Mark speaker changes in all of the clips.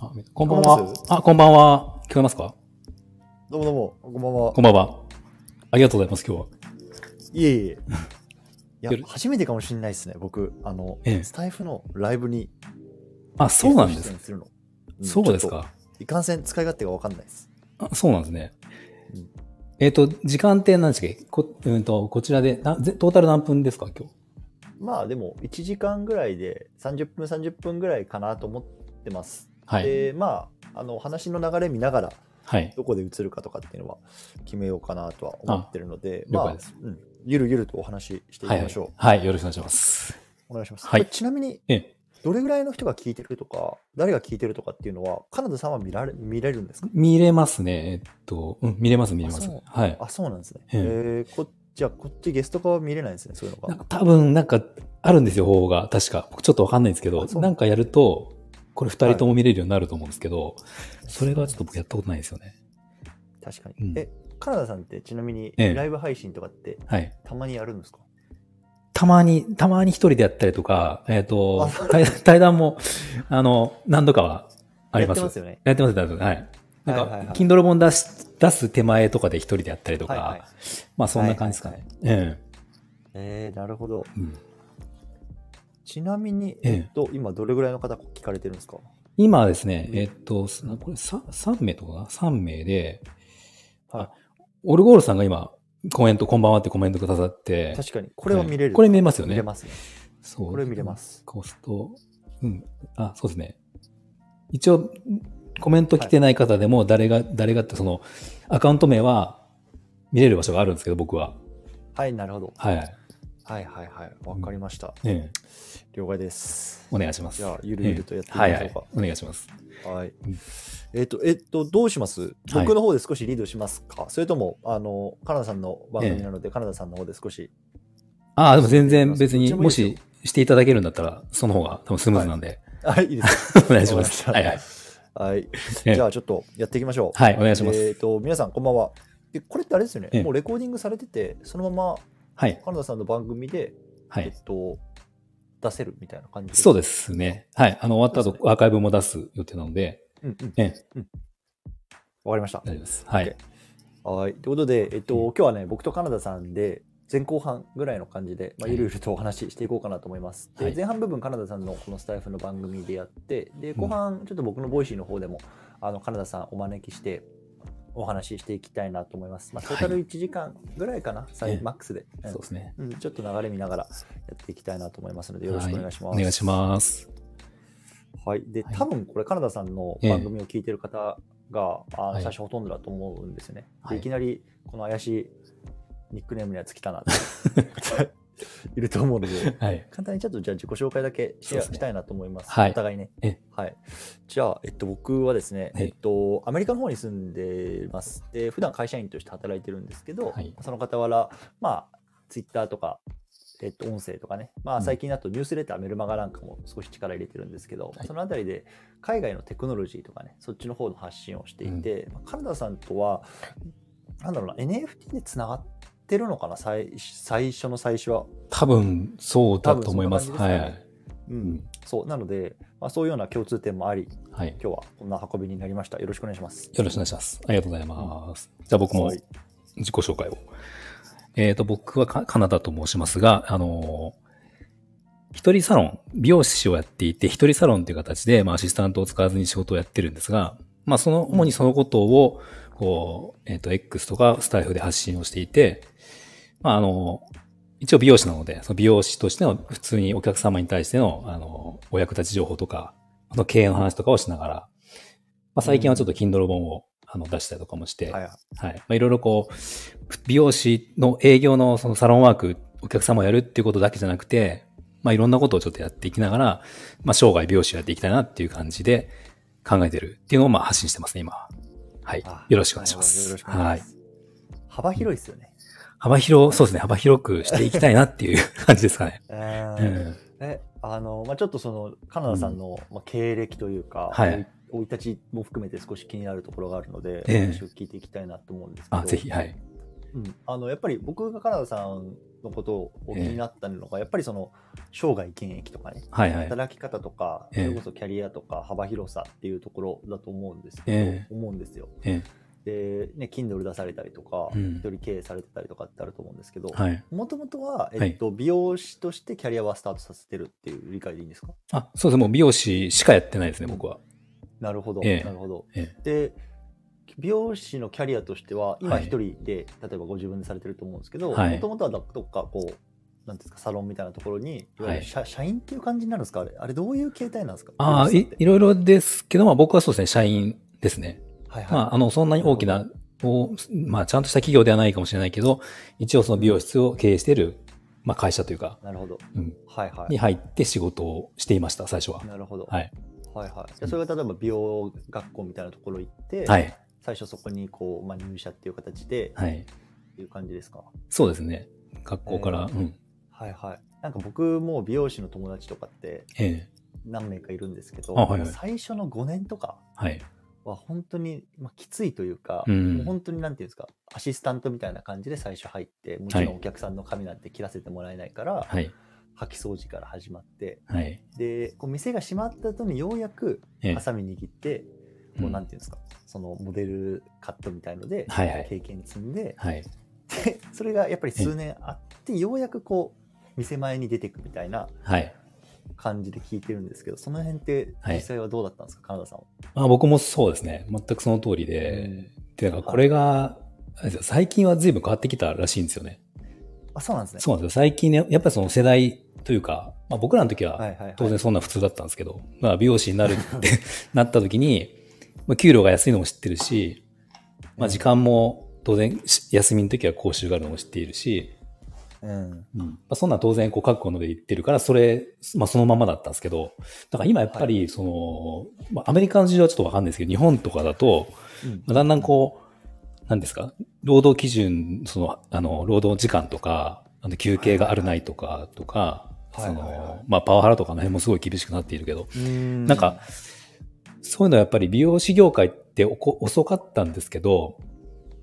Speaker 1: は。こんばん
Speaker 2: 聞こえ
Speaker 1: は
Speaker 2: ます。
Speaker 1: あ、こんばんは。聞こえますか
Speaker 2: どうもどうも、こんばんは。
Speaker 1: こんばんは。ありがとうございます、今日は。
Speaker 2: いえいえ。いや
Speaker 1: よろ、
Speaker 2: 初めてかもしれないですね、僕。あの、
Speaker 1: ええ
Speaker 2: スタイフのライブに。
Speaker 1: あ、そうなんです
Speaker 2: ゲ
Speaker 1: か。
Speaker 2: スト出演るの
Speaker 1: そうです。
Speaker 2: んちょっ
Speaker 1: か。
Speaker 2: といかんせん使い勝手がわかんないです。
Speaker 1: あそうなんですね
Speaker 2: うん。
Speaker 1: えっ、と、時間って何でしたっけこ,、うん、とこちらでなぜトータル何分ですか、今日。
Speaker 2: まあでも、1時間ぐらいで30分、30分ぐらいかなと思ってます。
Speaker 1: はい。
Speaker 2: で、まあ、あの、話の流れ見ながら、
Speaker 1: はい。
Speaker 2: どこで映るかとかっていうのは決めようかなとは思ってるので、
Speaker 1: あ了
Speaker 2: ま
Speaker 1: 解
Speaker 2: あ
Speaker 1: です、
Speaker 2: うん、ゆるゆるとお話ししてい
Speaker 1: はい、
Speaker 2: き
Speaker 1: は
Speaker 2: ま
Speaker 1: い
Speaker 2: しょう。。
Speaker 1: はい、よろしくお願いします。
Speaker 2: お願いします。
Speaker 1: はい
Speaker 2: これちなみに、
Speaker 1: ええ
Speaker 2: どれぐらいの人が聞いてるとか、誰が聞いてるとかっていうのは、カナダさんは見られ見れるんですか
Speaker 1: 見れますね。えっと、うん、見れます、見れま
Speaker 2: あ
Speaker 1: す
Speaker 2: そう。
Speaker 1: はい。
Speaker 2: あ、そうなんですね。
Speaker 1: ええ
Speaker 2: えーこじゃあ、こっちゲスト化は見れないんですね、そういうの
Speaker 1: なん
Speaker 2: が。
Speaker 1: か多分、なんか、あるんですよ、方法が。確か。僕ちょっとわかんないんですけど
Speaker 2: あ、そう
Speaker 1: なんかやると、これ二人とも見れるようになると思うんですけど、それがちょっと僕やったことないんですよね。
Speaker 2: 確かに。
Speaker 1: うん
Speaker 2: え、カナダさんってちなみに、
Speaker 1: ええ
Speaker 2: ライブ配信とかって
Speaker 1: はい。
Speaker 2: たまにやるんですか
Speaker 1: たまに、たまに一人でやったりとか、えっ、と
Speaker 2: あそ、
Speaker 1: 対対談も、あの、何度かはあります。
Speaker 2: やってますよね。
Speaker 1: やってます、やってます。はい。なんか、
Speaker 2: はいはいはい
Speaker 1: Kindle 本出し、出す手前とかで一人でやったりとか、
Speaker 2: はいはい。
Speaker 1: まあそんな感じですかね。え
Speaker 2: えー、なるほど。
Speaker 1: えうん
Speaker 2: ちなみに、
Speaker 1: ええ
Speaker 2: えっと、今、どれぐらいの方聞かれてるんですか
Speaker 1: 今はですね、
Speaker 2: うん
Speaker 1: えっ、と、すこれ 3, 3名とかな ?3 名で、
Speaker 2: はい
Speaker 1: オルゴールさんが今、コメント、こんばんはってコメントくださって、
Speaker 2: 確かに、これは見れる。
Speaker 1: これ見れますよね
Speaker 2: 見れますね。
Speaker 1: そう
Speaker 2: これ見れます。
Speaker 1: コスト、うん。あ、そうですね。一応、コメント来てない方でも、誰が、誰がって、その、アカウント名は見れる場所があるんですけど、僕は。
Speaker 2: はい、なるほど。
Speaker 1: はい。
Speaker 2: はいはいはい。わかりました。
Speaker 1: ええ
Speaker 2: 了解です。
Speaker 1: お願いします。
Speaker 2: じゃあ、ゆるゆるとやっていきま
Speaker 1: は
Speaker 2: し
Speaker 1: い
Speaker 2: ょうか。
Speaker 1: はい。お願いします。
Speaker 2: はい
Speaker 1: うん。
Speaker 2: えっ、と、えっ、と、どうします
Speaker 1: はい
Speaker 2: 僕の方で少しリードしますか、それとも、あの、カナダさんの番組なので、カナダさんの方で少し。
Speaker 1: ああ、でも全然別に、
Speaker 2: どっちも
Speaker 1: も
Speaker 2: いいですよ
Speaker 1: ししていただけるんだったら、その方が多分スムーズなんで、
Speaker 2: はい、いいで す。
Speaker 1: お願いします。
Speaker 2: わか
Speaker 1: は
Speaker 2: り
Speaker 1: い
Speaker 2: ま
Speaker 1: はい。
Speaker 2: はい。
Speaker 1: ええ
Speaker 2: じゃあ、ちょっとやっていきましょう。
Speaker 1: はい、お願いしま
Speaker 2: えっ、
Speaker 1: す。
Speaker 2: と、皆さん、こんばんは。でこれってあれですよね、
Speaker 1: ええ
Speaker 2: もうレコーディングされてて、そのまま
Speaker 1: はい。
Speaker 2: カナダさんの番組で、
Speaker 1: は
Speaker 2: え
Speaker 1: い。
Speaker 2: っと、出せるみたいな感じ
Speaker 1: そう
Speaker 2: で
Speaker 1: ですね。はい。あの、終わった後、アーカイブも出す予定なので、
Speaker 2: す。うんうん。
Speaker 1: ええ、
Speaker 2: わかりました。
Speaker 1: 大丈夫です。はい。
Speaker 2: はい。ということで、えっと、今日はね、僕とカナダさんで、前後半ぐらいの感じで、ま
Speaker 1: は
Speaker 2: あ、
Speaker 1: い
Speaker 2: ゆるゆるとお話ししていこうかなと思います。で
Speaker 1: はい
Speaker 2: 前半部分、カナダさんのこのスタイフの番組でやって、で、
Speaker 1: ん
Speaker 2: 後半、ちょっと僕のボイシーの方でも、あの、カナダさんお招きして、お話ししていきたいなと思います。まあ、トータル
Speaker 1: はい
Speaker 2: 1時間ぐらいかな、最
Speaker 1: ええ
Speaker 2: マックスで、うん
Speaker 1: そうですね。
Speaker 2: うんちょっと流れ見ながらやっていきたいなと思いますので、よろしくお願いします。
Speaker 1: はお願いします。
Speaker 2: はい、で、
Speaker 1: はい
Speaker 2: 多分これ、カナダさんの
Speaker 1: ええ
Speaker 2: 番組を聞いてる方が、あの
Speaker 1: はい
Speaker 2: 最初ほとんどだと思うんですよね。
Speaker 1: は
Speaker 2: で
Speaker 1: い
Speaker 2: いきなり、この怪しいニックネームのやつ来たなって いると思うので、
Speaker 1: はい。
Speaker 2: 簡単にちょっとじゃあ自己紹介だけシェア
Speaker 1: そうですね
Speaker 2: したいなと思います。
Speaker 1: はい
Speaker 2: お互いね
Speaker 1: ええ。
Speaker 2: はい。じゃあ、えっと、僕はですね、
Speaker 1: はい
Speaker 2: えっと、アメリカの方に住んでます。で、普段会社員として働いてるんですけど、
Speaker 1: はい
Speaker 2: その傍ら、まあ、ツイッターとか、えっと、音声とかね、ま
Speaker 1: う
Speaker 2: あ、
Speaker 1: ん
Speaker 2: 最近だとニュースレター、メルマガなんかも少し力入れてるんですけど、
Speaker 1: はい
Speaker 2: そのあたりで海外のテクノロジーとかね、そっちの方の発信をしていて、まあカナダさんとは、なんだろうな、NFT でつながってるのかな、最最初の最初は。
Speaker 1: 多分、そうだと思います。
Speaker 2: 多分そん
Speaker 1: は
Speaker 2: ない感じう
Speaker 1: うんん、
Speaker 2: そうなので、まあ、そういうような共通点もあり、
Speaker 1: はい。
Speaker 2: 今日はこんな運びになりました。よろしくお願いします。
Speaker 1: よろしくお願いします。ありがとうございます。じゃあ僕も
Speaker 2: はい
Speaker 1: 自己紹介を。えっ、と、僕はカカナダと申しますが、あのー一人サロン、美容師をやっていて、一人サロンという形で、まあ、アシスタントを使わずに仕事をやってるんですが、まあ、その、主にそのことを、こう、えっ、と、X とかスタイフで発信をしていて、まあ、あのー一応美容師なので、その美容師としての普通にお客様に対しての、あのーお役立ち情報とか、あの経営の話とかをしながら、まあ、最近はちょっと Kindle 本を、あの、出したりとかもして、
Speaker 2: はいはい
Speaker 1: はい。まあ、いろいろこう、美容師の営業のそのサロンワーク、お客様をやるっていうことだけじゃなくて、まあ、いろんなことをちょっとやっていきながら、まあ、生涯美容師をやっていきたいなっていう感じで考えてるっていうのをまあ発信してますね、今。はい
Speaker 2: あ。
Speaker 1: よろしくお願いします。
Speaker 2: なるほどよ
Speaker 1: は
Speaker 2: ろし
Speaker 1: い
Speaker 2: くお願いしま。す。幅広いですよね。
Speaker 1: 幅広、そうですね、幅広くしていきたいなっていう感じですかね。
Speaker 2: う
Speaker 1: うんん。
Speaker 2: え、あの、まあ、ちょっとその、カナダさんの、まあ、経歴というか、
Speaker 1: はい
Speaker 2: 生い立ちも含めて少し気になるところがあるので、
Speaker 1: ええ
Speaker 2: 話を聞いていきたいなと思うんですけど、
Speaker 1: あ、ぜひ、はい。
Speaker 2: うん、あのやっぱり僕がカナダさんのことを気になったのが、やっぱりその生涯現役とかね、
Speaker 1: はいはい。
Speaker 2: 働き方とか、そ
Speaker 1: ええ
Speaker 2: れこそキャリアとか幅広さっていうところだと思うんですけど、
Speaker 1: え
Speaker 2: 思うんですよ。
Speaker 1: え
Speaker 2: で、ね、Kindle 出されたりとか、
Speaker 1: うん
Speaker 2: 一人経営されてたりとかってあると思うんですけど、
Speaker 1: はい。
Speaker 2: もともとは、えっと美容師としてキャリアはスタートさせてるっていう理解でいいんですか
Speaker 1: あ、そうですね。もう美容師しかやってないですね、僕は。
Speaker 2: なるほど、
Speaker 1: ええ
Speaker 2: なるほど。
Speaker 1: え
Speaker 2: で美容師のキャリアとしては今
Speaker 1: はい
Speaker 2: 一人で、例えばご自分でされてると思うんですけども
Speaker 1: はい
Speaker 2: ともとはどっかこうなんていうんですかサロンみたいなところにいわゆ
Speaker 1: はい
Speaker 2: る社,、社員っていう感じになるんですかあれあれどういう形態なんですか
Speaker 1: ああ、
Speaker 2: 美容師
Speaker 1: い
Speaker 2: さんって
Speaker 1: いろいろですけど、まあ僕はそうですね、社員ですね。
Speaker 2: はいはい、
Speaker 1: まあ、あの、そんなに大きな、おまあ、ちゃんとした企業ではないかもしれないけど、一応その美容室を経営している、まあ、会社というか、
Speaker 2: なるほど、
Speaker 1: うん
Speaker 2: はいは
Speaker 1: に
Speaker 2: い
Speaker 1: 入って仕事をしていました、最初は。
Speaker 2: なるほど、
Speaker 1: はい。
Speaker 2: はいはいじゃあそれが例えば美容学校みたいなところ行って、
Speaker 1: はい。
Speaker 2: 最初そこにこう、まあ、入社っていう形で
Speaker 1: はい。
Speaker 2: っていう感じですか
Speaker 1: そうですね。学校から、
Speaker 2: えー
Speaker 1: うん。
Speaker 2: はいはいなんか僕も美容師の友達とかって
Speaker 1: ええ
Speaker 2: 何名かいるんですけど、
Speaker 1: あはいはい
Speaker 2: 最初の5年とか
Speaker 1: はい。
Speaker 2: は本当に、まあ、きついというか、
Speaker 1: うん
Speaker 2: もう本当になんていうんですかアシスタントみたいな感じで最初入ってもちろんお客さんの髪なんて切らせてもらえないから、
Speaker 1: はい。
Speaker 2: 掃き掃除から始まって
Speaker 1: はい。
Speaker 2: でこう店が閉まった後にようやく
Speaker 1: ええ
Speaker 2: ハサミ握って、
Speaker 1: う
Speaker 2: こうんなんていうんですかそのモデルカットみたいので、
Speaker 1: はいはい
Speaker 2: 経験積んで
Speaker 1: はい。
Speaker 2: でそれがやっぱり数年あってようやくこう店前に出てくみたいな
Speaker 1: はい。
Speaker 2: 感じで聞いてるんですけどその辺って
Speaker 1: はい
Speaker 2: 実際はどうだったんですか、カナダさんは。
Speaker 1: まあ僕もそうですね。全くその通りで、てか、これが、あれですよ最近は随分変わってきたらしいんですよね。
Speaker 2: あそうなんですね。
Speaker 1: そうなんですよ。最近ね、やっぱりその世代というか、まあ僕らの時は、
Speaker 2: はいはいはい、
Speaker 1: 当然そんな普通だったんですけど、まあ美容師になるって なった時に、まあ給料が安いのも知ってるし、まあ時間も当然し休みの時は講習があるのも知っているし、
Speaker 2: うん、
Speaker 1: まあそんなん当然こう覚悟の上で言ってるから、それ、まあそのままだったんですけど、だから今やっぱりその、まあアメリカの事情はちょっとわかんないですけど、日本とかだと、
Speaker 2: うん
Speaker 1: まあだんだんこう、なんですか、労働基準、その、あの、労働時間とか、あの休憩があるないとか、とか、
Speaker 2: はい
Speaker 1: そ
Speaker 2: はいはい
Speaker 1: の、まあパワハラとかの辺もすごい厳しくなっているけど、
Speaker 2: な
Speaker 1: なんか、、そういうのはやっぱり美容師業界っておこ遅かったんですけど、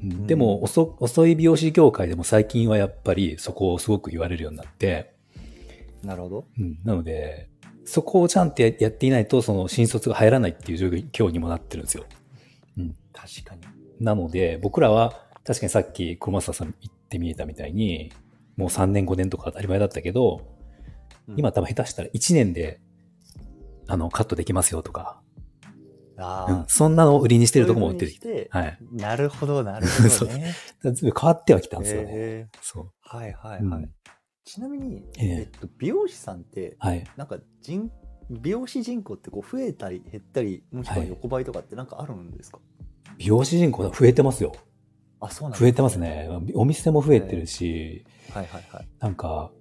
Speaker 1: うんでも遅遅い美容師業界でも最近はやっぱりそこをすごく言われるようになって、
Speaker 2: なるほど。
Speaker 1: うんなので、そこをちゃんとややっていないと、その新卒が入らないっていう状況にもなってるんですよ。
Speaker 2: 確かに。
Speaker 1: なので、僕らは確かにさっき黒松田さん言ってみえたみたいに、もう3年5年とか当たり前だったけど、今、多分下手したら1年で、あの、カットできますよとか、
Speaker 2: あ
Speaker 1: うんそんなのを売りにしてるところも売ってる。
Speaker 2: て
Speaker 1: はい。
Speaker 2: なるほど、な る
Speaker 1: そ
Speaker 2: ほ
Speaker 1: う
Speaker 2: どね。
Speaker 1: だからずいぶん変わってはきたんですよね。
Speaker 2: へ
Speaker 1: そう。
Speaker 2: ーはいはいうはい。
Speaker 1: ん
Speaker 2: ちなみに、
Speaker 1: ええ
Speaker 2: えっと、美容師さんって、
Speaker 1: はい。
Speaker 2: なんか人、美容師人口ってこう増えたり減ったり、もしくは横ばいとかってなんかあるんですか、
Speaker 1: 美容師人口が増えてますよ。
Speaker 2: あ、そうなん
Speaker 1: 増
Speaker 2: で
Speaker 1: え
Speaker 2: す
Speaker 1: てますね。お店も増えてるし、
Speaker 2: はいはいはい。
Speaker 1: なんか、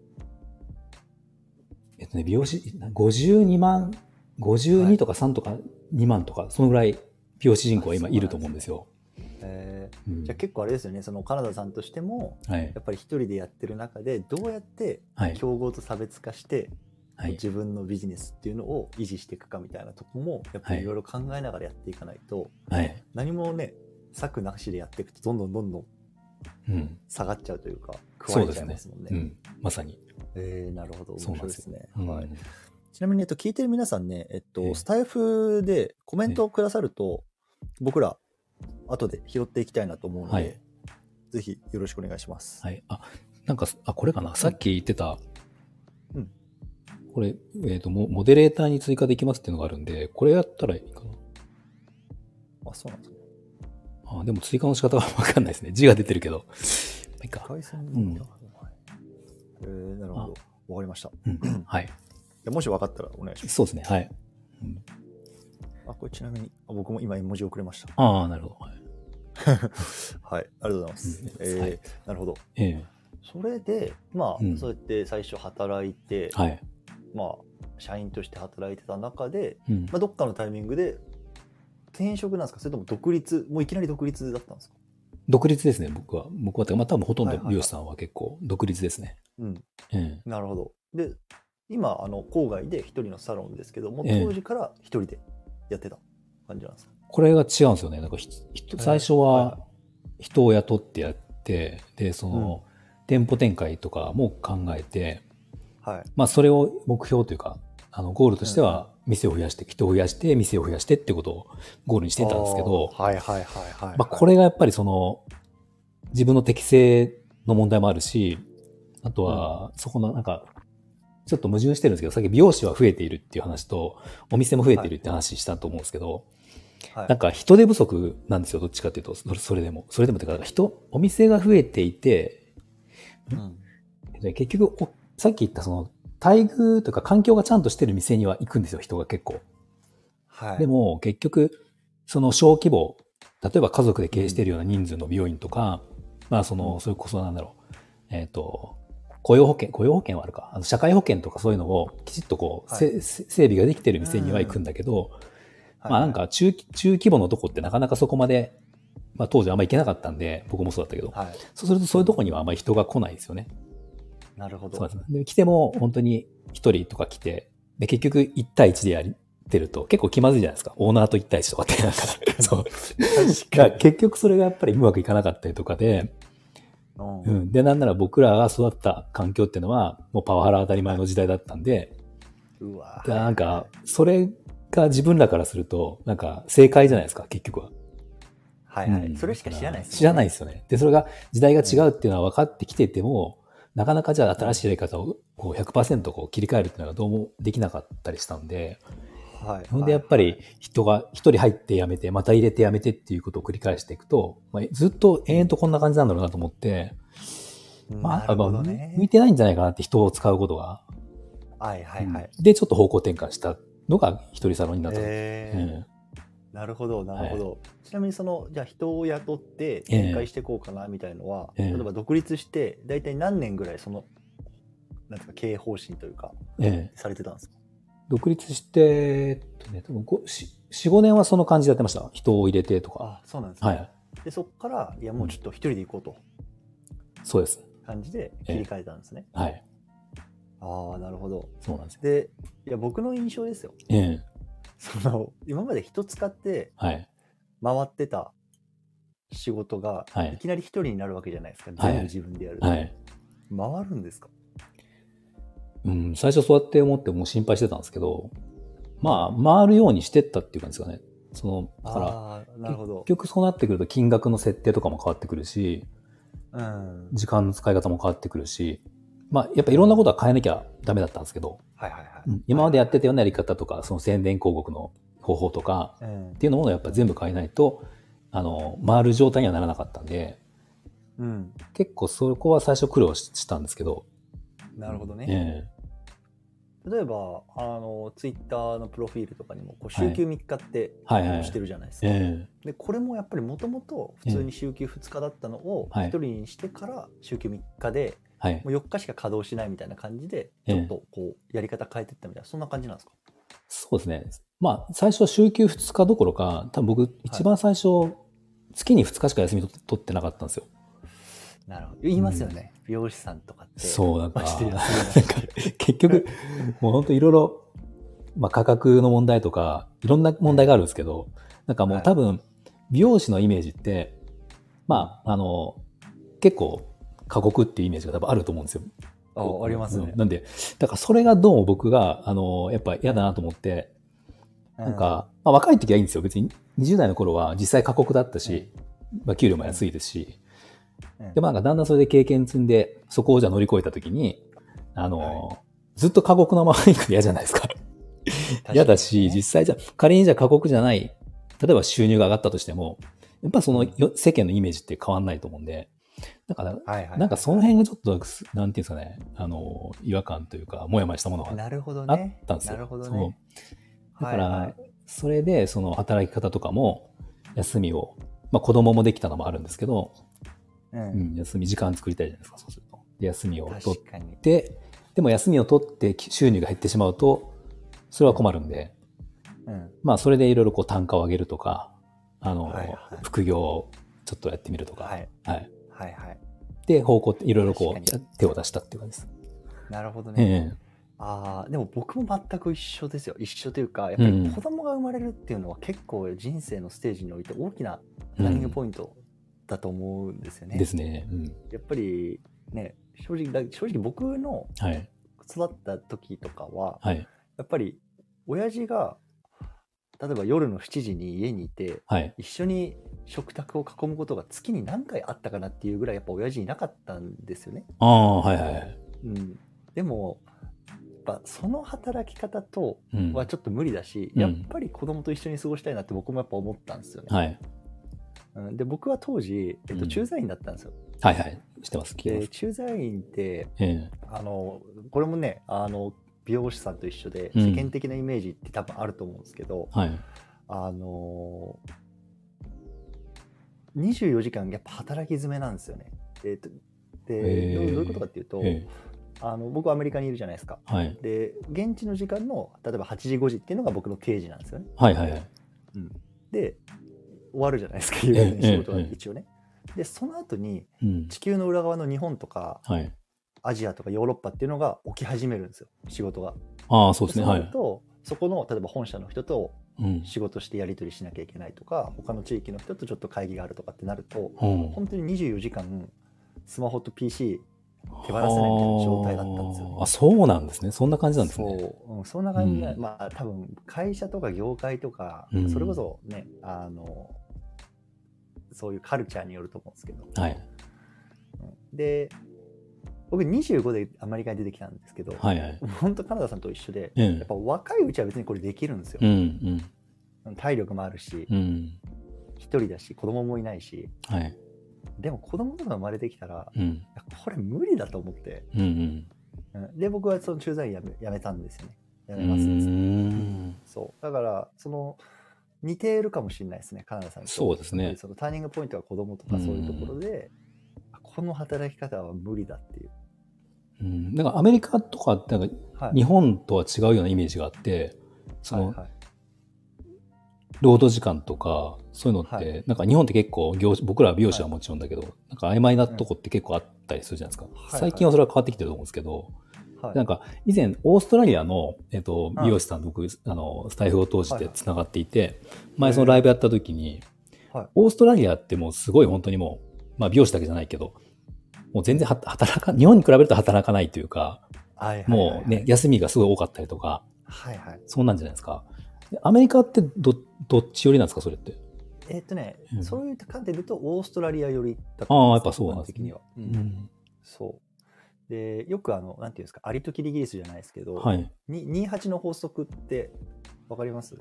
Speaker 1: えっとね、美容師、52万、
Speaker 2: は
Speaker 1: 52
Speaker 2: い
Speaker 1: とか3とか2万とか、そのぐらい美容師人口は今いると思うんですよ。
Speaker 2: えー
Speaker 1: うん
Speaker 2: じゃあ結構あれですよね、そのカナダさんとしても、
Speaker 1: はい
Speaker 2: や。っぱり一人でやってる中で、どうやって
Speaker 1: はい。
Speaker 2: 競合と差別化して、
Speaker 1: はい。
Speaker 2: 自分のビジネスっていうのを維持していくかみたいなとこもやっぱ
Speaker 1: はい
Speaker 2: りいろいろ考えながらやっていかないと、
Speaker 1: はい。
Speaker 2: 何もね策なしでやっていくとどんどんどんどん
Speaker 1: うん。
Speaker 2: 下がっちゃうというか食
Speaker 1: そ
Speaker 2: わ
Speaker 1: う
Speaker 2: れ
Speaker 1: で
Speaker 2: ちゃ
Speaker 1: すね
Speaker 2: いますもんね。
Speaker 1: うん。まさに。
Speaker 2: えーなるほど
Speaker 1: そう
Speaker 2: 面
Speaker 1: なんで
Speaker 2: 白いですすね。
Speaker 1: うん
Speaker 2: はいちなみに、えっと、聞いてる皆さんね、えっと
Speaker 1: ええ
Speaker 2: スタイフでコメントをくださると、僕ら後で拾っていきたいなと思うので、
Speaker 1: はい
Speaker 2: ぜひよろしくお願いします。
Speaker 1: はい。あ、なんか、あ、これかな。さっき言ってた、
Speaker 2: うん
Speaker 1: これ、えっ、とモ、モデレーターに追加できますっていうのがあるんで、これやったらいいか
Speaker 2: あそうなんですね。
Speaker 1: な。あ、でも追加の仕方がわかんないですね。字が出てるけど。まあいいか。
Speaker 2: 回線
Speaker 1: ん
Speaker 2: はいえーなるほど。わかりました。い
Speaker 1: うん。はい。
Speaker 2: やもし分かったらお願いします。
Speaker 1: そうですね。はい。うん
Speaker 2: あ、これちなみに、あ僕も今絵文字をくれました。
Speaker 1: ああ、なるほど。はい
Speaker 2: はい、ありがとうございます。
Speaker 1: うん
Speaker 2: えー
Speaker 1: はい
Speaker 2: なるほど。
Speaker 1: ええ
Speaker 2: それで、まあ、
Speaker 1: うん
Speaker 2: そうやって最初働いて、
Speaker 1: はい。
Speaker 2: まあ、社員として働いてた中で、
Speaker 1: うん
Speaker 2: まあ、どっかのタイミングで、転職なんですかそれとも独立、もういきなり独立だったんですか
Speaker 1: 独立ですね、僕は。僕はってか、まあ多分ほとん
Speaker 2: は
Speaker 1: ど
Speaker 2: いはいはい
Speaker 1: 美容師さんは結構独立ですね。
Speaker 2: うん、
Speaker 1: え
Speaker 2: なるほど。で、今、あの郊外で一人のサロンですけども、
Speaker 1: ええ
Speaker 2: 当時から一人でやってた感じなんですか、
Speaker 1: えこれが違うんですよね。なんかひ、ひ
Speaker 2: ええ
Speaker 1: 最初は人を雇ってやってて、で、その、店舗展開とかも考えて、
Speaker 2: はい。
Speaker 1: まあ、それを目標というか、あの、ゴールとしては、店を増やして、人を増やして、店を増やしてってことをゴールにしてたんですけど、
Speaker 2: あーはいはいはいはい、はい。
Speaker 1: まあ、これがやっぱりその、自分の適性の問題もあるし、あとは、そこのなんか、ちょっと矛盾してるんですけど、さっき美容師は増えているっていう話と、お店も増えているって話したと思うんですけど、
Speaker 2: はい、
Speaker 1: なんか人手不足なんですよ、どっちかっていうと、それそれでも。それでもっていうか、人、お店が増えていて、
Speaker 2: うん
Speaker 1: で結局、おさっき言ったその、待遇とか環境がちゃんとしてる店には行くんですよ、人が結構。
Speaker 2: はい。
Speaker 1: でも結局その小規模例えば家族で経営しているような人数の美容院とか、まあそのそれこそなんだろうえっ、と雇用保険雇用保険はあるかあの社会保険とかそういうのをきちっとこう、
Speaker 2: はい
Speaker 1: せせ整備ができてる店には行くんだけど、
Speaker 2: はい、
Speaker 1: まあなんか中中規模のとこってなかなかそこまで、まあ、当時あんま行けなかったんで僕もそうだったけど、
Speaker 2: はい。
Speaker 1: そうするとそういうとこにはあんまり人が来ないですよね。
Speaker 2: なるほど。
Speaker 1: そうなんですで来ても本当に1人とか来て、で、結局1対1でやってると結構気まずいじゃないですか。オーナーと1対1とかってなんか。そう。
Speaker 2: 確
Speaker 1: だから結局それがやっぱりうまくいかなかったりとかで、
Speaker 2: う
Speaker 1: う
Speaker 2: んうん
Speaker 1: ん。で、なんなら僕らが育った環境っていうのは、もうパワハラ当たり前の時代だったんで、
Speaker 2: うわ
Speaker 1: でなんか、それが自分らからすると、なんか正解じゃないですか、結局は。
Speaker 2: はいはい、
Speaker 1: うん
Speaker 2: それしか知らないです、
Speaker 1: 知らない
Speaker 2: い。
Speaker 1: ですよね。で、それが時代が違うっていうのは分かってきてても、なかなかじゃあ新しいやり方をこう100%こう切り替えるっていうのがどうもできなかったりしたんで、
Speaker 2: はい。
Speaker 1: ほんでやっぱり人が一人入ってやめて、また入れてやめてっていうことを繰り返していくと、まあ、ずっと延々とこんな感じなんだろうなと思って、まあ、
Speaker 2: な
Speaker 1: あ
Speaker 2: る
Speaker 1: まあ
Speaker 2: ほどね。
Speaker 1: 向いてないんじゃないかなって人を使うことが。
Speaker 2: はいはいはい。
Speaker 1: で、ちょっと方向転換したのが一人サロンになった。
Speaker 2: え
Speaker 1: う
Speaker 2: ー
Speaker 1: ん
Speaker 2: なるほど、なるほど。ちなみに、その、じゃあ人を雇って展開していこうかなみたいのは、
Speaker 1: ええ
Speaker 2: 例えば独立して、大体何年ぐらい、その、なんていうか、経営方針というか、
Speaker 1: ええ
Speaker 2: されてたんですか
Speaker 1: 独立して、えっとね、多分ごし4、5年はその感じでやってました。人を入れてとか。
Speaker 2: あ、そうなんですね。
Speaker 1: はい。
Speaker 2: で、そこから、いや、もうちょっと一人で行こう
Speaker 1: そうです。
Speaker 2: と、感じで切り替えたんですね。
Speaker 1: はい。
Speaker 2: ああ、なるほど。
Speaker 1: そうなんですよ。
Speaker 2: で、いや、僕の印象ですよ。
Speaker 1: ええ
Speaker 2: その、今まで人使って
Speaker 1: はい。
Speaker 2: 回ってた仕事が、
Speaker 1: はい
Speaker 2: いきなり一人になるわけじゃないですか。
Speaker 1: はい
Speaker 2: 全部自分でやると。
Speaker 1: はい。
Speaker 2: 回るんですか
Speaker 1: うん、最初そうやって思ってもう心配してたんですけど、まあ、回るようにしてったっていう感じですかね。その、だから、
Speaker 2: ああー、なるほど
Speaker 1: 結。局そうなってくると金額の設定とかも変わってくるし、
Speaker 2: うん。
Speaker 1: 時間の使い方も変わってくるし、まあ、やっぱいろんなことは変えなきゃダメだったんですけど、
Speaker 2: はいはいはい。
Speaker 1: うん今までやってたようなやり方とか、その宣伝広告の方法とか、
Speaker 2: うん
Speaker 1: っていうのもやっぱ全部変えないと、あの、回る状態にはならなかったんで、
Speaker 2: うん、
Speaker 1: 結構そこは最初苦労ししたんですけど、
Speaker 2: なるほどね。
Speaker 1: え
Speaker 2: 例えばあのツイッターのプロフィールとかにもこう
Speaker 1: はい
Speaker 2: 週休3日って
Speaker 1: はいはい
Speaker 2: してるじゃないです
Speaker 1: え
Speaker 2: か。
Speaker 1: ええ
Speaker 2: でこれもやっぱりもともと普通に週休2日だったのを
Speaker 1: はい
Speaker 2: 1人にしてから週休3日で
Speaker 1: はい。
Speaker 2: もう4日しか稼働しないみたいな感じで
Speaker 1: ええ
Speaker 2: ちょっとこうやり方変えてったみたいなそんな感じなんですか
Speaker 1: そうですね。まあ、最初は週休2日どころか、多分僕、一番最初、月に2日しか休みと取ってなかったんですよ。
Speaker 2: なるほど言いますよね、美容師さんとかって
Speaker 1: そう、なんか、
Speaker 2: マジで
Speaker 1: なんか
Speaker 2: 休みなし
Speaker 1: 結局、もう本当いろいろ、まあ、価格の問題とか、いろんな問題があるんですけど、なんかもう
Speaker 2: はい
Speaker 1: 多分、美容師のイメージって、まあ、あの、結構、過酷っていうイメージが多分あると思うんですよ。
Speaker 2: あありますね
Speaker 1: うん、なんで、だからそれがどうも僕が、あの、やっぱ嫌だなと思って、なんか、まあ、若い時はいいんですよ。別に20代の頃は実際過酷だったし、まあ、給料も安いですし、
Speaker 2: うん、うん
Speaker 1: で、まあ、なんかだんだんそれで経験積んで、そこをじゃあ乗り越えた時に、あの、ずっと過酷なまま行くの嫌じゃないですか。
Speaker 2: 確かにね
Speaker 1: 嫌だし、実際じゃあ、仮にじゃあ過酷じゃない、例えば収入が上がったとしても、やっぱそのよ世間のイメージって変わんないと思うんで、だから、
Speaker 2: はいはい、
Speaker 1: なんかその辺がちょっと、なんていうんですかね、あの、違和感というか、もやもやしたものが
Speaker 2: なるほど
Speaker 1: あ
Speaker 2: ね
Speaker 1: ったんですよ。
Speaker 2: なるほど
Speaker 1: そう
Speaker 2: ね
Speaker 1: だか
Speaker 2: はいは
Speaker 1: ら
Speaker 2: い、
Speaker 1: それで、その働き方とかも、休みを、まあ子供もできたのもあるんですけど、
Speaker 2: う
Speaker 1: うんん、休み、時間作りたいじゃないですか、そうすると。で休みを取
Speaker 2: 確
Speaker 1: っ
Speaker 2: かに
Speaker 1: て、でも休みを取って収入が減ってしまうと、それは困るんで、
Speaker 2: うん
Speaker 1: まあそれでいろいろこう単価を上げるとか、あの、
Speaker 2: はいはい
Speaker 1: 副業をちょっとやってみるとか、
Speaker 2: はい
Speaker 1: はい
Speaker 2: はいはい
Speaker 1: で、方向っていろいろこ
Speaker 2: 確か
Speaker 1: う手を出したっていう感じです。
Speaker 2: なるほどね、
Speaker 1: え
Speaker 2: ああでも僕も全く一緒ですよ一緒というかやっぱり子供が生まれるっていうのは結構人生のステージにおいて大きな
Speaker 1: え
Speaker 2: ターニング
Speaker 1: イン
Speaker 2: ポイントだと思うんですよね。
Speaker 1: ですね。うん。
Speaker 2: やっぱりね正直だ正直僕の
Speaker 1: はい。
Speaker 2: 育った時とかは
Speaker 1: はい。
Speaker 2: やっぱり親父が例えば夜の7時に家にいて
Speaker 1: はい。
Speaker 2: 一緒に食卓を囲むことが月に何回あったかなっていうぐらいやっぱ親父いなかったんですよね。
Speaker 1: ああ、はいはいはい。
Speaker 2: うん、でもやっぱその働き方と
Speaker 1: うん。
Speaker 2: はちょっと無理だし、
Speaker 1: うん
Speaker 2: やっぱり子供と一緒に過ごしたいなって僕もやっぱ思ったんですよね。
Speaker 1: はい。
Speaker 2: うんで僕は当時、えっ
Speaker 1: う
Speaker 2: と、
Speaker 1: ん
Speaker 2: 駐在員だったんですよ。
Speaker 1: はいはい。知ってます。聞いてま。
Speaker 2: です駐在員って
Speaker 1: ええ。
Speaker 2: あのこれもねあの美容師さんと一緒で
Speaker 1: うん
Speaker 2: 世間的なイメージって多分あると思うんですけど、
Speaker 1: はい。
Speaker 2: あの24時間やっぱ働き詰めなんですよね。えっとで
Speaker 1: へー
Speaker 2: どうどういうことかっていうと、
Speaker 1: ええ。
Speaker 2: あの僕アメリカにいるじゃないですか。
Speaker 1: はい。
Speaker 2: で現地の時間の例えば8時5時っていうのが僕の定時なんですよね。
Speaker 1: はいはいはい。
Speaker 2: で終わるじゃないですか夕方に仕事が
Speaker 1: ええ
Speaker 2: 一応ね。でその後に
Speaker 1: うん。
Speaker 2: 地球の裏側の日本とか
Speaker 1: はい。
Speaker 2: アジアとかヨーロッパっていうのが起き始めるんですよ仕事が。
Speaker 1: ああ、そうですね。
Speaker 2: そ
Speaker 1: は
Speaker 2: うなる
Speaker 1: い。
Speaker 2: とそこの例えば本社の人と
Speaker 1: うん。
Speaker 2: 仕事してやり取りしなきゃいけないとか他の地域の人とちょっと会議があるとかってなると
Speaker 1: うん。
Speaker 2: 本当に24時間スマホと PC
Speaker 1: 手
Speaker 2: 手放せないみたいな状態だったんですよね
Speaker 1: あ、そうなんですね。そんな感じなんですね。
Speaker 2: そう、うん、そんな感じで、
Speaker 1: うん
Speaker 2: まあ多分会社とか業界とか、
Speaker 1: うん
Speaker 2: それこそねあのそういうカルチャーによると思うんですけど、
Speaker 1: はい。
Speaker 2: うんで僕25でアメリカに出てきたんですけど、
Speaker 1: はいはい。
Speaker 2: 本当カナダさんと一緒で、
Speaker 1: え
Speaker 2: や
Speaker 1: え
Speaker 2: っ。ぱ若いうちは別にこれできるんですよ
Speaker 1: う、ん
Speaker 2: 体力もあるし
Speaker 1: うん。うん。
Speaker 2: 一人だし子供もいないし
Speaker 1: はい。
Speaker 2: でも子供とか生まれてきたら
Speaker 1: うん。うん
Speaker 2: いやこれ無理だと思って、
Speaker 1: うん。
Speaker 2: うんで僕はその駐在員やめやめたんですよねや
Speaker 1: う
Speaker 2: めますっつって
Speaker 1: ーん。
Speaker 2: そう。だから、その、似ているかもしれないですね、カナダさんと
Speaker 1: そうですね
Speaker 2: そのターニングポイントは子供とかそういうところで、あこの働き方は無理だっていう。
Speaker 1: うん。なんかアメリカとかってなんか
Speaker 2: はい。
Speaker 1: 日本とは違うようなイメージがあって、その
Speaker 2: はいはい
Speaker 1: 労働時間とかそういうのっ
Speaker 2: は
Speaker 1: て
Speaker 2: い
Speaker 1: なんか日本って結構業種僕らは美容師はもちろんだけどなんか曖昧なとこって結構あったりするじゃないですか
Speaker 2: いはい
Speaker 1: 最近はそれは変わってきてると思うんですけど
Speaker 2: はい
Speaker 1: なんか以前オーストラリアのえっと
Speaker 2: はい
Speaker 1: 美容師さんと僕あのスタイフを通し
Speaker 2: はい
Speaker 1: て
Speaker 2: はい
Speaker 1: つながっていて前そのライブやった時に
Speaker 2: はい
Speaker 1: オーストラリアってもうすごい本当にもうまあ美容師だけじゃないけどもう全然は働か日本に比べると働かないというか
Speaker 2: はいはいはい
Speaker 1: もうね。休みがすごい多かったりとか
Speaker 2: はいはい。
Speaker 1: そんなんじゃないですかでアメリカってどどっち寄りなんですかそれって。
Speaker 2: えっとね、
Speaker 1: うん
Speaker 2: そういう観点で言うと、オーストラリア寄りだった
Speaker 1: ああやっぱそうなんですね
Speaker 2: 的には。う
Speaker 1: うんん
Speaker 2: そう。で、よくあの、なんていうんですか、アリとキリギリスじゃないですけど、
Speaker 1: はい。
Speaker 2: に28の法則って、わかります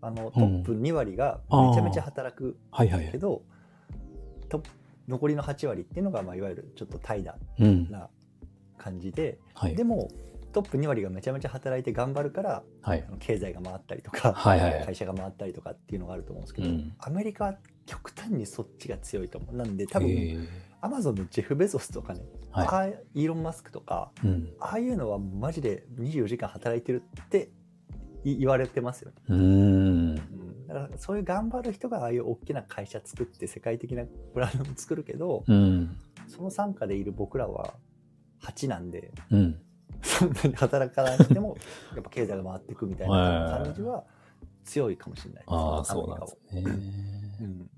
Speaker 2: あの、トップ2割が
Speaker 1: うん
Speaker 2: めちゃめちゃ働く
Speaker 1: はいはいは
Speaker 2: け
Speaker 1: い。
Speaker 2: ど、と残りの8割っていうのが、まあ、いわゆるちょっと怠惰
Speaker 1: うん。
Speaker 2: な感じで、
Speaker 1: はい
Speaker 2: で。もトップ2割がめちゃめちゃ働いて頑張るから
Speaker 1: はい
Speaker 2: あ。の経済が回ったりとか、
Speaker 1: はいはいはい
Speaker 2: 会社が回ったりとかっていうのがあると思うんですけど、
Speaker 1: うん
Speaker 2: アメリカは極端にそっちが強いと思うなんで多
Speaker 1: 多
Speaker 2: 分アマゾンのジェフ・ベゾスとかね、あ
Speaker 1: は
Speaker 2: あイーロン・マスクとか
Speaker 1: い。うん。
Speaker 2: ああいうのはマジで24時間働いてるってい言われてますよね、
Speaker 1: うーん。
Speaker 2: うんだからそういう頑張る人がああいう大きな会社作って世界的なブランドも作るけど、
Speaker 1: うん。
Speaker 2: その傘下でいる僕らは8なんで、
Speaker 1: うん。
Speaker 2: そんなに働かなくても、 やっぱ経済が回っていくみたいな感じは強いかもしれないですね
Speaker 1: ああ、そうなんですね。
Speaker 2: アメリカをうん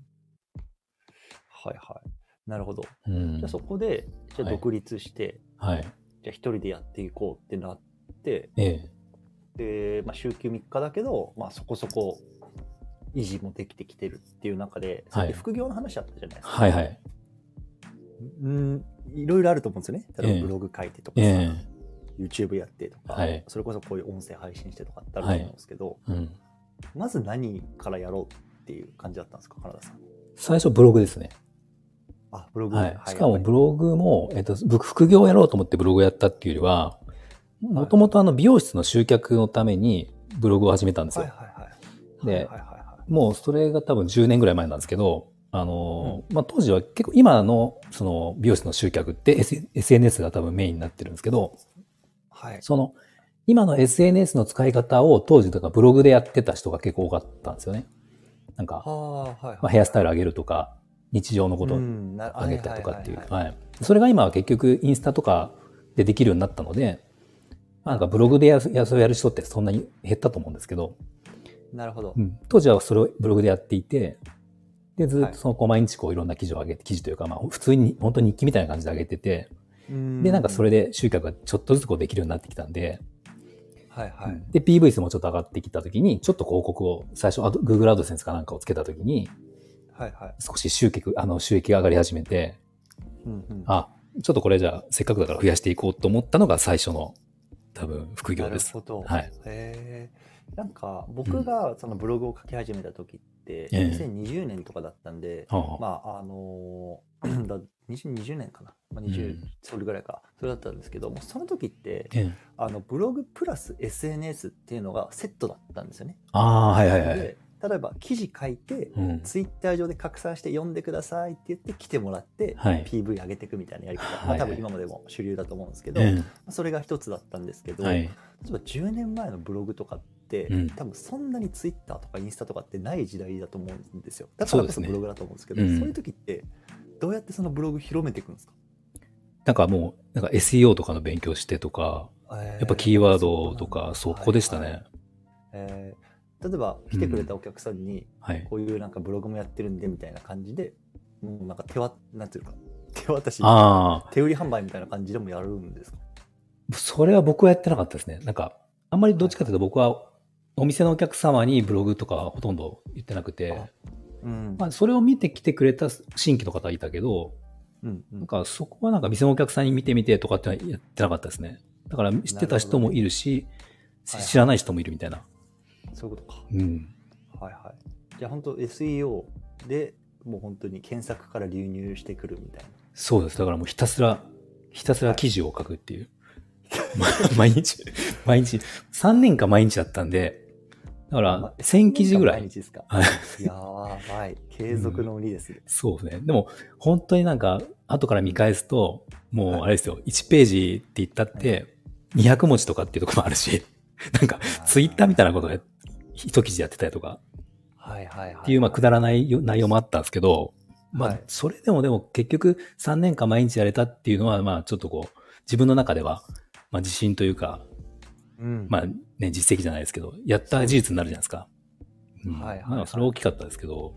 Speaker 2: はいはい。なるほど。
Speaker 1: うん
Speaker 2: じゃあそこで、じゃあ
Speaker 1: はい
Speaker 2: 独立して、
Speaker 1: はい。
Speaker 2: じゃあ一人でやっていこうってなって、
Speaker 1: ええ。
Speaker 2: で、まあ、週休3日だけど、まあ、そこそこ維持もできてきてるっていう中で、さっき副業の話あったじゃないですか。
Speaker 1: はいはい。
Speaker 2: うん、いろいろあると思うんですよね。例え
Speaker 1: ええ
Speaker 2: ばブログ書いてとか
Speaker 1: え
Speaker 2: さ、
Speaker 1: え。
Speaker 2: YouTube やってとか、
Speaker 1: はい
Speaker 2: それこそこういう音声配信してとかってあると思うんですけど、
Speaker 1: うん。
Speaker 2: まず何からやろうっていう感じだったんですか、カナダさん。
Speaker 1: 最初ブログですね。
Speaker 2: あ、ブログ、
Speaker 1: はい。しかもブ
Speaker 2: ロ
Speaker 1: ログも、えっと、僕副業をやろうと思ってブログをやったっていうよりは、もともとあの美容室の集客のためにブログを始めたんです
Speaker 2: はい
Speaker 1: よ
Speaker 2: は。いはい。
Speaker 1: で
Speaker 2: はいはいはいはい
Speaker 1: もうそれが多分10年ぐらい前なんですけど、あの、まあ、当時は結構今のその美容室の集客って S- SNS が多分メインになってるんですけど、
Speaker 2: はい。
Speaker 1: その今の SNS の使い方を当時とかブログでやってた人が結構多かったんですよね。なん
Speaker 2: は
Speaker 1: か、
Speaker 2: あ、はいはい。
Speaker 1: まあ、ヘアスタイル上げるとか、日常のことを
Speaker 2: うんな
Speaker 1: 上げたりとかっていう。
Speaker 2: はいはいはい
Speaker 1: はい。それが今は結局インスタとかでできるようになったので、まあなんかブログでやるやそれやる人ってそんなに減ったと思うんですけど、
Speaker 2: なるほど
Speaker 1: う。ん当時はそれをブログでやっていて、で、ずっとそのこう毎日こういろんな記事を上げて、記事というか、まあ普通に本当に日記みたいな感じで上げてて、で、なんかそれ
Speaker 2: で、
Speaker 1: で集客がちょっとずつこうできるようになってきたんで、
Speaker 2: はいはい。
Speaker 1: で、PV 数もちょっと上がってきたときに、ちょっと広告を最初、あと Google アドセンスかなんかをつけたときに、
Speaker 2: はいはい。
Speaker 1: 少し集客、あの、収益が上がり始めて、
Speaker 2: うんうん
Speaker 1: あ、ちょっとこれじゃあせっかくだから増やしていこうと思ったのが最初の多分副業です。
Speaker 2: なるほど。
Speaker 1: はい。
Speaker 2: へえなんか僕がそのブログを書き始めた時っ
Speaker 1: え
Speaker 2: て、
Speaker 1: え
Speaker 2: 2020年とかだったんで、
Speaker 1: はあはあ
Speaker 2: まああのー だ2020年かな、まあ、20、
Speaker 1: うん
Speaker 2: それぐらいかそれだったんですけどもその時って
Speaker 1: ええ
Speaker 2: あのブログプラス SNS っていうのがセットだったんですよね。
Speaker 1: ああ、はいはいはい。
Speaker 2: で例えば記事書いて
Speaker 1: うん。
Speaker 2: ツイッター上で拡散して読んでくださいって言って来てもらって、
Speaker 1: はい
Speaker 2: PV 上げていくみたいなやり方、
Speaker 1: はいはい
Speaker 2: まあ、多分今までも主流だと思うんですけど、
Speaker 1: え
Speaker 2: まあそれが一つだったんですけ
Speaker 1: え
Speaker 2: ど、
Speaker 1: はい。
Speaker 2: 例えば10年前のブログとかって、
Speaker 1: うん
Speaker 2: 多分そんなにツイッターとかインスタとかってない時代だと思うんですよだからこ
Speaker 1: そうです
Speaker 2: そ
Speaker 1: ね
Speaker 2: ブログだと思うんですけどそう
Speaker 1: うん
Speaker 2: いう時ってどうやってそのブログ広めていくんですか
Speaker 1: なんかもう、なんか SEO とかの勉強してとか、やっぱキーワードとか、そこでした
Speaker 2: はいは
Speaker 1: ね
Speaker 2: い。えー例えば来てくれたお客さんに、
Speaker 1: はい。
Speaker 2: こういうなんかブログもやってるんでみたいな感じでもうなんか手わなんていうか手渡し
Speaker 1: あ
Speaker 2: 手売り販売みたいな感じでもやるんですか
Speaker 1: あ、それは僕はやってなかったですね。なんか、あんまりどっちかというと僕は、お店のお客様にブログとかほとんど言ってなくて、
Speaker 2: うん
Speaker 1: まあ、それを見てきてくれた新規の方はいたけど、
Speaker 2: うんう
Speaker 1: なん
Speaker 2: ん
Speaker 1: かそこはなんか店のお客さんに見てみてとかってのはやってなかったですね。だから知ってた人もいるし、
Speaker 2: ほどね
Speaker 1: 知らない人もいるみたいな。
Speaker 2: そういうことか
Speaker 1: うん。
Speaker 2: はいはい。じゃあ本当 SEO でもう本当に検索から流入してくるみたいな。
Speaker 1: そうです。だからもうひたすら、ひたすら記事を書くっていう。 ま毎日、毎日、3年間毎日だったんで、だから1000記事ぐら
Speaker 2: 毎
Speaker 1: い。
Speaker 2: 日ですか。
Speaker 1: はい
Speaker 2: やばい。継続の鬼ですね。
Speaker 1: そうですね。でも本当になんか後から見返すと、もうあれですよ、1ページって言ったって、200文字とかっていうとこもあるし、なんかツイッターみたいなことで一記事やってたりとか。
Speaker 2: はいはいはい。
Speaker 1: っていう、まあ、くだらないよ内容もあったんですけど、ま
Speaker 2: は
Speaker 1: あ
Speaker 2: い、
Speaker 1: それでもでも結局3年間毎日やれたっていうのは、まあ、ちょっとこう、自分の中では、まあ、自信というか、
Speaker 2: うん、
Speaker 1: まあ、ね、実績じゃないですけど、やった事実になるじゃないですか。うん
Speaker 2: はいはいはい
Speaker 1: まあそれは大きかったですけど、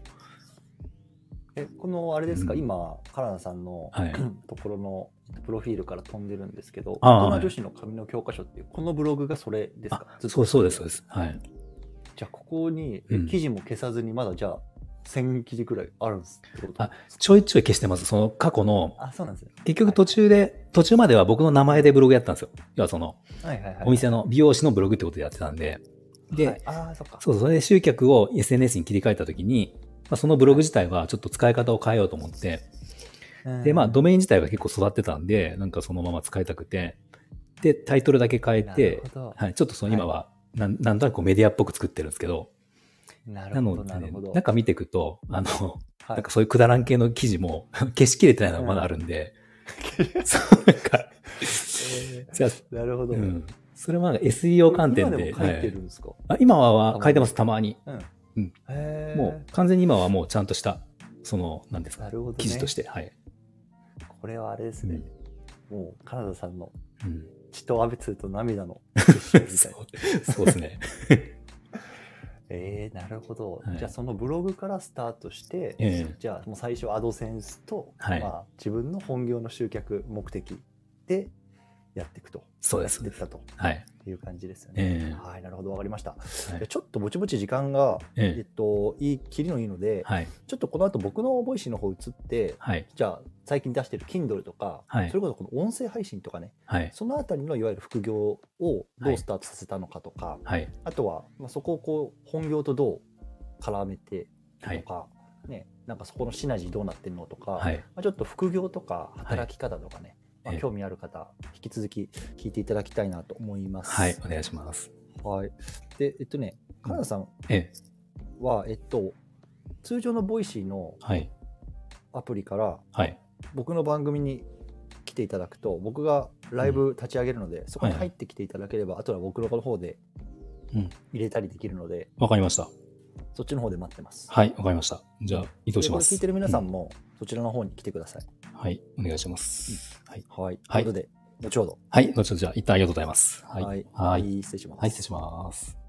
Speaker 2: えこのあれですか、
Speaker 1: うん
Speaker 2: 今、カナダさんの、
Speaker 1: はい
Speaker 2: ところのプロフィールから飛んでるんですけど、
Speaker 1: ああ
Speaker 2: 大人女子の紙の教科書っていう、このブログがそれです
Speaker 1: あ
Speaker 2: か、
Speaker 1: そうそうです、そう
Speaker 2: う
Speaker 1: です。はい。
Speaker 2: じゃあ、ここに
Speaker 1: うん
Speaker 2: 記事も消さずに、まだじゃあ、1000記事くらいあるんですってこと
Speaker 1: あちょいちょい消してます。その過去の、
Speaker 2: あ、そうなんですね。
Speaker 1: 結局途中で、途中までは僕の名前でブログやってたんですよ。要はその、
Speaker 2: はいはいはい。
Speaker 1: お店の美容師のブログってことでやってたんで。で、
Speaker 2: はいああ、そっか。
Speaker 1: そう、それで集客を SNS に切り替えたときに、まあ、そのブログ自体はちょっと使い方を変えようと思って、で、まあ、ドメイン自体が結構育ってたんで、なんかそのまま使いたくて、で、タイトルだけ変えて、はい、ちょっとその今は、なんなんとなくこうメディアっぽく作ってるんですけど、
Speaker 2: なる
Speaker 1: な
Speaker 2: ほど、
Speaker 1: の
Speaker 2: な
Speaker 1: で、ね
Speaker 2: るほど。、
Speaker 1: 中見ていくと、あの、
Speaker 2: はい
Speaker 1: なんかそういうくだらん系の記事も 消しきれてないのがまだあるんで、そう、なんか、
Speaker 2: え
Speaker 1: じゃあ
Speaker 2: ーなるほど。
Speaker 1: うん、それはなんか SEO 観点
Speaker 2: 今
Speaker 1: で、
Speaker 2: でも書いてる
Speaker 1: はい
Speaker 2: んですか、
Speaker 1: あ今は書いてます、たまに。
Speaker 2: へー
Speaker 1: もう完全に今はもうちゃんとした、その、なんですか、
Speaker 2: なるほど、ね。。
Speaker 1: 記事としてて、はい。
Speaker 2: これはあれですね。もう、カナダさんの
Speaker 1: うん
Speaker 2: 血とアベツと 涙の結晶みた
Speaker 1: そ
Speaker 2: いな。
Speaker 1: うそうですね。
Speaker 2: えー、なるほど。
Speaker 1: はい
Speaker 2: じゃあ、そのブログからスタートして、
Speaker 1: ええ
Speaker 2: じゃあ、もう最初、アドセンスと、
Speaker 1: はい
Speaker 2: まあ、自分の本業の集客目的でやっていくと。
Speaker 1: そうで
Speaker 2: やっ
Speaker 1: す
Speaker 2: ていったと
Speaker 1: はい。
Speaker 2: いう感じですよね。
Speaker 1: え
Speaker 2: はい、なるほど、わかりました。
Speaker 1: えは
Speaker 2: で
Speaker 1: い
Speaker 2: ちょっとぼちぼち時間が、
Speaker 1: ええ
Speaker 2: えっと、いい、きりのいいので、
Speaker 1: はい。
Speaker 2: ちょっとこの後僕のボイシーの方移って、
Speaker 1: はい。
Speaker 2: じゃあ最近出してる Kindle とか、
Speaker 1: はい
Speaker 2: それこそこの音声配信とかね、
Speaker 1: はい。
Speaker 2: そのあたりのいわゆる副業をど
Speaker 1: は
Speaker 2: う
Speaker 1: い
Speaker 2: スタートさせたのかとか、
Speaker 1: はい。
Speaker 2: あとはまあそこをこう本業とどう絡めて
Speaker 1: は
Speaker 2: と
Speaker 1: い。
Speaker 2: か、ね、なんかそこのシナジーどうなってるのとか、
Speaker 1: はい。
Speaker 2: まあ、ちょっと副業とか働き方とかね、
Speaker 1: はい
Speaker 2: ま
Speaker 1: ええ
Speaker 2: あ、興味ある方、引き続き聞いていただきたいなと思います。
Speaker 1: はい。お願いします。
Speaker 2: はいで、えっとね、金田さん
Speaker 1: ええ
Speaker 2: は、えっと、通常のボイシーの
Speaker 1: はい。
Speaker 2: アプリから、
Speaker 1: はい。
Speaker 2: 僕の番組に来ていただくと僕がライブ立ち上げるので、そこに入ってきていただければ、あとは僕の方で
Speaker 1: うん
Speaker 2: 入れたりできるので、
Speaker 1: わかりました。
Speaker 2: そっちの方で待ってます。
Speaker 1: はい。わかりました。じゃあ、移動
Speaker 2: で
Speaker 1: し
Speaker 2: こ
Speaker 1: ま
Speaker 2: れ
Speaker 1: す。
Speaker 2: 聞いてる皆さん
Speaker 1: う
Speaker 2: もそちらの方に来てください。
Speaker 1: んはい。お願いします。はい。
Speaker 2: はい。
Speaker 1: はい
Speaker 2: ということで、後ほど。
Speaker 1: はい。後ほど、じゃあ、一旦ありがとうございます。はい。
Speaker 2: はい
Speaker 1: はい。
Speaker 2: 失礼します。
Speaker 1: はい。失礼します。